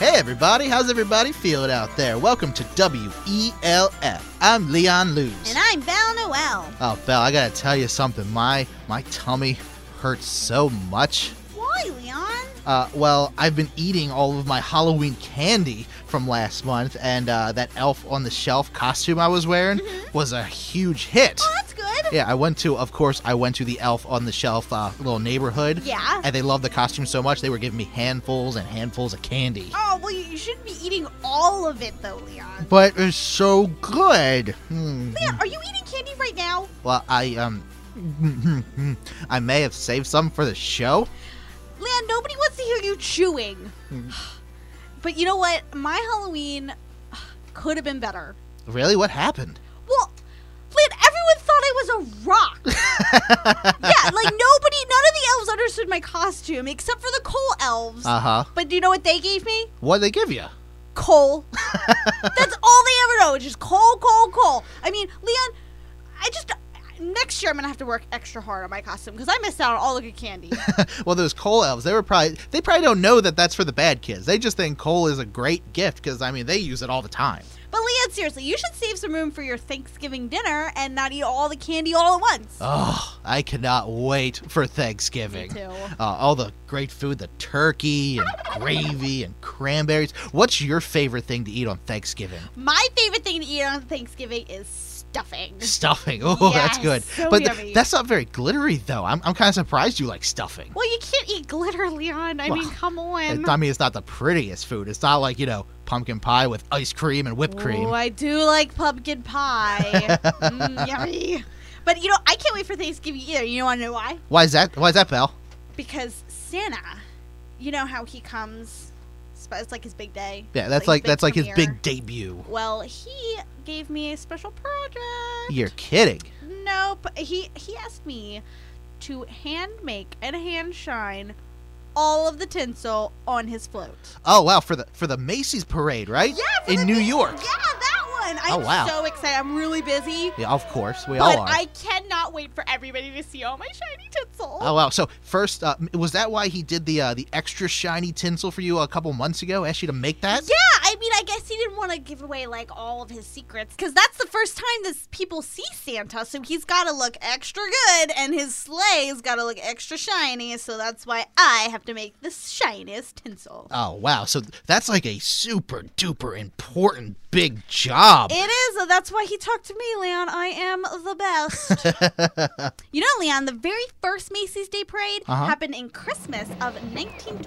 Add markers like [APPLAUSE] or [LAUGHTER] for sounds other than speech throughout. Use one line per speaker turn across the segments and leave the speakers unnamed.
everybody. How's everybody feeling out there? Welcome to WELF. I'm Leon Luz.
And I'm Belle Noel.
Oh, Belle, I gotta tell you something. My my tummy hurts so much.
Why, Leon?
Uh, well, I've been eating all of my Halloween candy from last month, and uh, that elf on the shelf costume I was wearing
Mm-hmm.
was a huge hit.
Oh, that's good.
Yeah, I went to, of course, I went to the elf on the shelf uh, little neighborhood.
Yeah.
And they loved the costume so much, they were giving me handfuls and handfuls of candy.
Oh, well, you, you shouldn't be eating all of it, though, Leon.
But it's so good. Hmm.
Leon, are you eating candy right now?
Well, I, um, [LAUGHS] I may have saved some for the show.
Leon, nobody wants to hear you chewing. [SIGHS] but you know what? My Halloween could have been better.
Really? What happened? [LAUGHS]
Well, Leon, everyone thought I was a rock.
Uh-huh.
yeah, like nobody, none of the elves understood my costume except for the coal elves.
Uh huh.
but do you know what they gave me?
What did they give you? [LAUGHS]
coal. That's all they ever know. It's just coal, coal, coal. I mean, Leon, I just next year I'm gonna have to work extra hard on my costume because I missed out on all the
[LAUGHS]
good candy.
Well, those coal elves, they were probably they probably don't know that that's for the bad kids. They just think coal is a great gift because I mean they use it all the time.
but Leon, seriously, you should save some room for your Thanksgiving dinner and not eat all the candy all at once.
Oh, I cannot wait for
Me
Thanksgiving.
too.
Uh, all the great food, the turkey and gravy and cranberries. What's your favorite thing to eat on Thanksgiving?
My favorite thing to eat on Thanksgiving is stuffing.
Stuffing. [LAUGHS] Oh, that's
Yes,
good.
so
but th-
yummy.
that's not very glittery though. I'm, I'm kind of surprised you like stuffing.
Well, you can't eat glitter, Leon. I
Well,
mean, come on.
It- I mean, it's not the prettiest food. It's not like you know pumpkin pie with ice cream and whipped cream.
Ooh, I do like
[LAUGHS]
pumpkin pie. Mm, yummy. But you know, I can't wait for Thanksgiving either. You want to know why?
Why is that? Why is that, Belle?
because Santa, you know how he comes. sp- It's like his big day.
Yeah,
It's
that's like
big
that's like his
premiere.
big debut.
Well, he gave me a special project.
You're kidding.
Nope. He he asked me to hand make and hand shine all of the tinsel on his float.
Oh wow, for the for the Macy's parade, right?
Yeah, for
in
the
New
big-
York.
Yeah, that one.
Oh,
I'm
wow.
so excited. I'm really busy.
Yeah, of course we
But
all are.
I cannot wait for everybody to see all my shiny tinsel.
Oh wow! So first, uh, m- was that why he did the uh, the extra shiny tinsel for you a couple months ago? Asked you to make that.
Yeah, I mean, I guess he didn't want to give away like all of his secrets because that's the first time that people see Santa, so he's got to look extra good, and his sleigh's got to look extra shiny. So that's why I have to make the shiniest tinsel.
Oh wow! So that's like a super duper important big job.
It is. uh, That's why he talked to me, Leon. I am the best.
[LAUGHS]
you know, Leon, the very first Macy's Day Parade
Uh-huh.
happened in Christmas of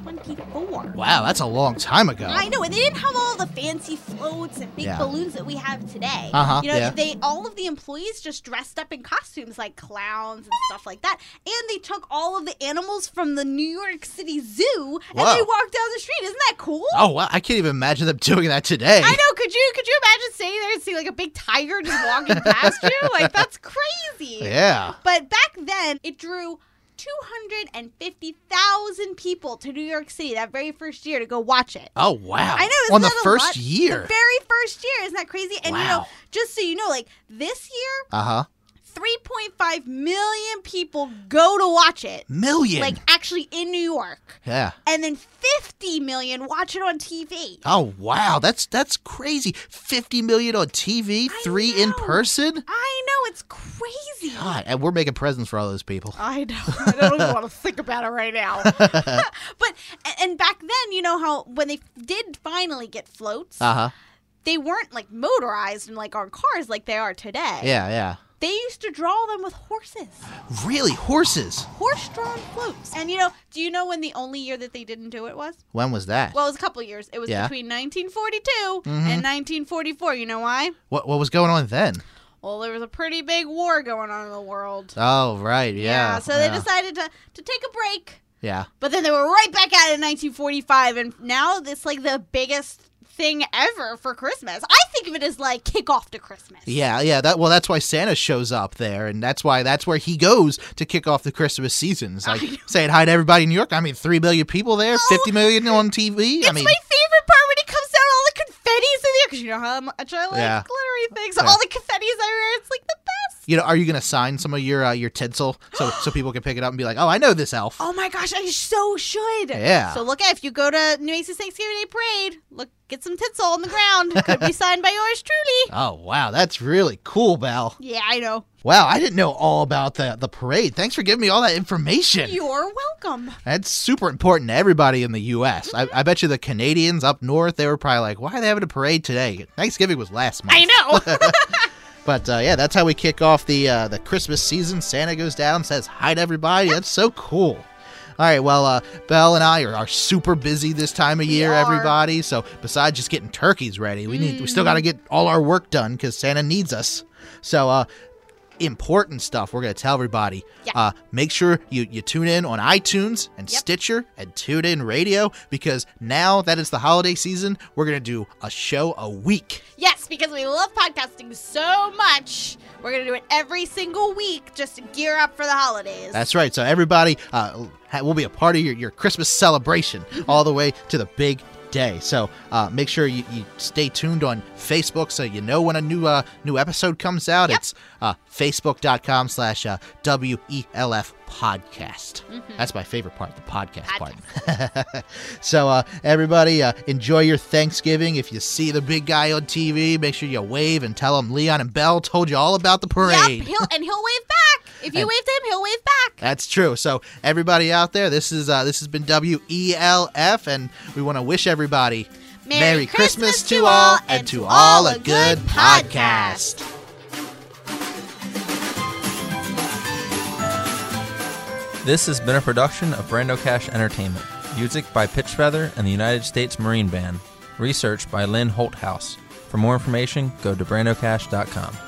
1924.
wow, that's a long time ago.
I know, and they didn't have all the fancy floats and big
Yeah.
balloons that we have today.
Uh-huh,
You know,
yeah.
they all of the employees just dressed up in costumes like clowns and stuff like that. And they took all of the animals from the New York City Zoo
Whoa.
and they walked down the street. Isn't that cool?
Oh wow! I can't even imagine them [LAUGHS] doing that today.
I know. Could you could you imagine sitting there and seeing like a big tiger
[LAUGHS]
just walking past you? Like that's crazy.
Yeah.
But back then, it drew 250,000 people to New York City that very first year to go watch it.
Oh wow!
I know. Isn't
On the
that a
first
lot?
year.
the very first year, isn't that crazy? And you know,
Wow.
just so you know, like this year,
uh huh.
3.5 million people go to watch it,
Million.
like actually in New York,
yeah.
and then 50 million watch it on TV.
Oh wow, that's that's crazy. Fifty million on TV,
I
three in
know.
person.
I know it's crazy.
God, and we're making presents for all those people.
I know. I don't even want to think about it
[LAUGHS]
right now. [LAUGHS] but a- and back then, you know how when they did finally get floats,
Uh huh.
they weren't like motorized and like on cars like they are today.
Yeah, yeah.
They used to draw them with horses.
Really, horses.
horse-drawn floats. And you know, do you know when the only year that they didn't do it was?
When was that?
Well, it was a couple years. It was
Yeah. Mm-hmm.
between 1942 and 1944. You know why?
what what was going on then?
Well, there was a pretty big war going on in the world.
Oh right, yeah.
so
yeah,
they decided to to take a break.
Yeah.
But then they were right back at it in 1945, and now it's like the biggest thing ever for Christmas. I think of it as like kickoff to Christmas.
Yeah, yeah. That well, that's why Santa shows up there, and that's why that's where he goes to kick off the Christmas season.
[LAUGHS]
It's like saying hi to everybody in New York. I mean, three million people there, fifty million
[LAUGHS]
on TV. I
Oh, It's
mean,
my favorite part when it comes down, all the confetti's in the air. Because you know how much I like
Yeah.
glittery things.
Yeah.
All the confetti's everywhere. It's like the best.
You know, are you going to sign some of your uh, your tinsel so so people can pick it up and be like, oh, I know this elf.
Oh my gosh, I so should.
Yeah.
So look, if you go to New Ace's Thanksgiving Day Parade, look, get some tinsel on
[LAUGHS]
the ground. Could be signed by yours truly.
Oh wow, that's really cool, Belle.
Yeah, I know.
Wow, I didn't know all about the the parade. Thanks for giving me all that information.
You're welcome.
That's super important to everybody in the U.S. I,
Mm-hmm.
I bet you the Canadians up north they were probably like, "Why are they having a parade today? Thanksgiving was last month."
[LAUGHS] I
[LAUGHS]
know.
But uh, yeah, that's how we kick off the uh, the Christmas season. Santa goes down, says hi to everybody. That's so cool. All right, well, uh, Belle and I are, are super busy this time of year,
are.
everybody. So besides just getting turkeys ready, we need we still got
Mm.
to get all our work done because Santa needs us. So uh, important stuff we're gonna tell everybody.
Yeah.
Uh, make sure you you tune in on iTunes and
Yep.
Stitcher and Tune In Radio because now that it's the holiday season, we're gonna do a show a week.
yes, because we love podcasting so much. We're going to do it every single week just to gear up for the holidays.
That's right. So everybody uh, ha- will be a part of your, your Christmas celebration all the way to the big day. So uh, make sure you, you stay tuned on Facebook so you know when a new uh, new episode comes out. It's uh, facebook.com slash uh, WELF podcast. That's my favorite part, the podcast, part. [LAUGHS] so uh, everybody uh, enjoy your Thanksgiving. If you see the big guy on TV, make sure you wave and tell him Leon and Bell told you all about the parade.
Yep, he'll, and he'll wave back. If you
And-
wave to him, he'll wave back.
That's true. So everybody out there, this is uh, this has been WELF, and we want to wish everybody
Merry Christmas to all and to all a good podcast.
This has been a production of Brando Cash Entertainment. Music by Pitch Feather and the United States Marine Band. Research by Lynn Holthouse. For more information, go to brandocash.com.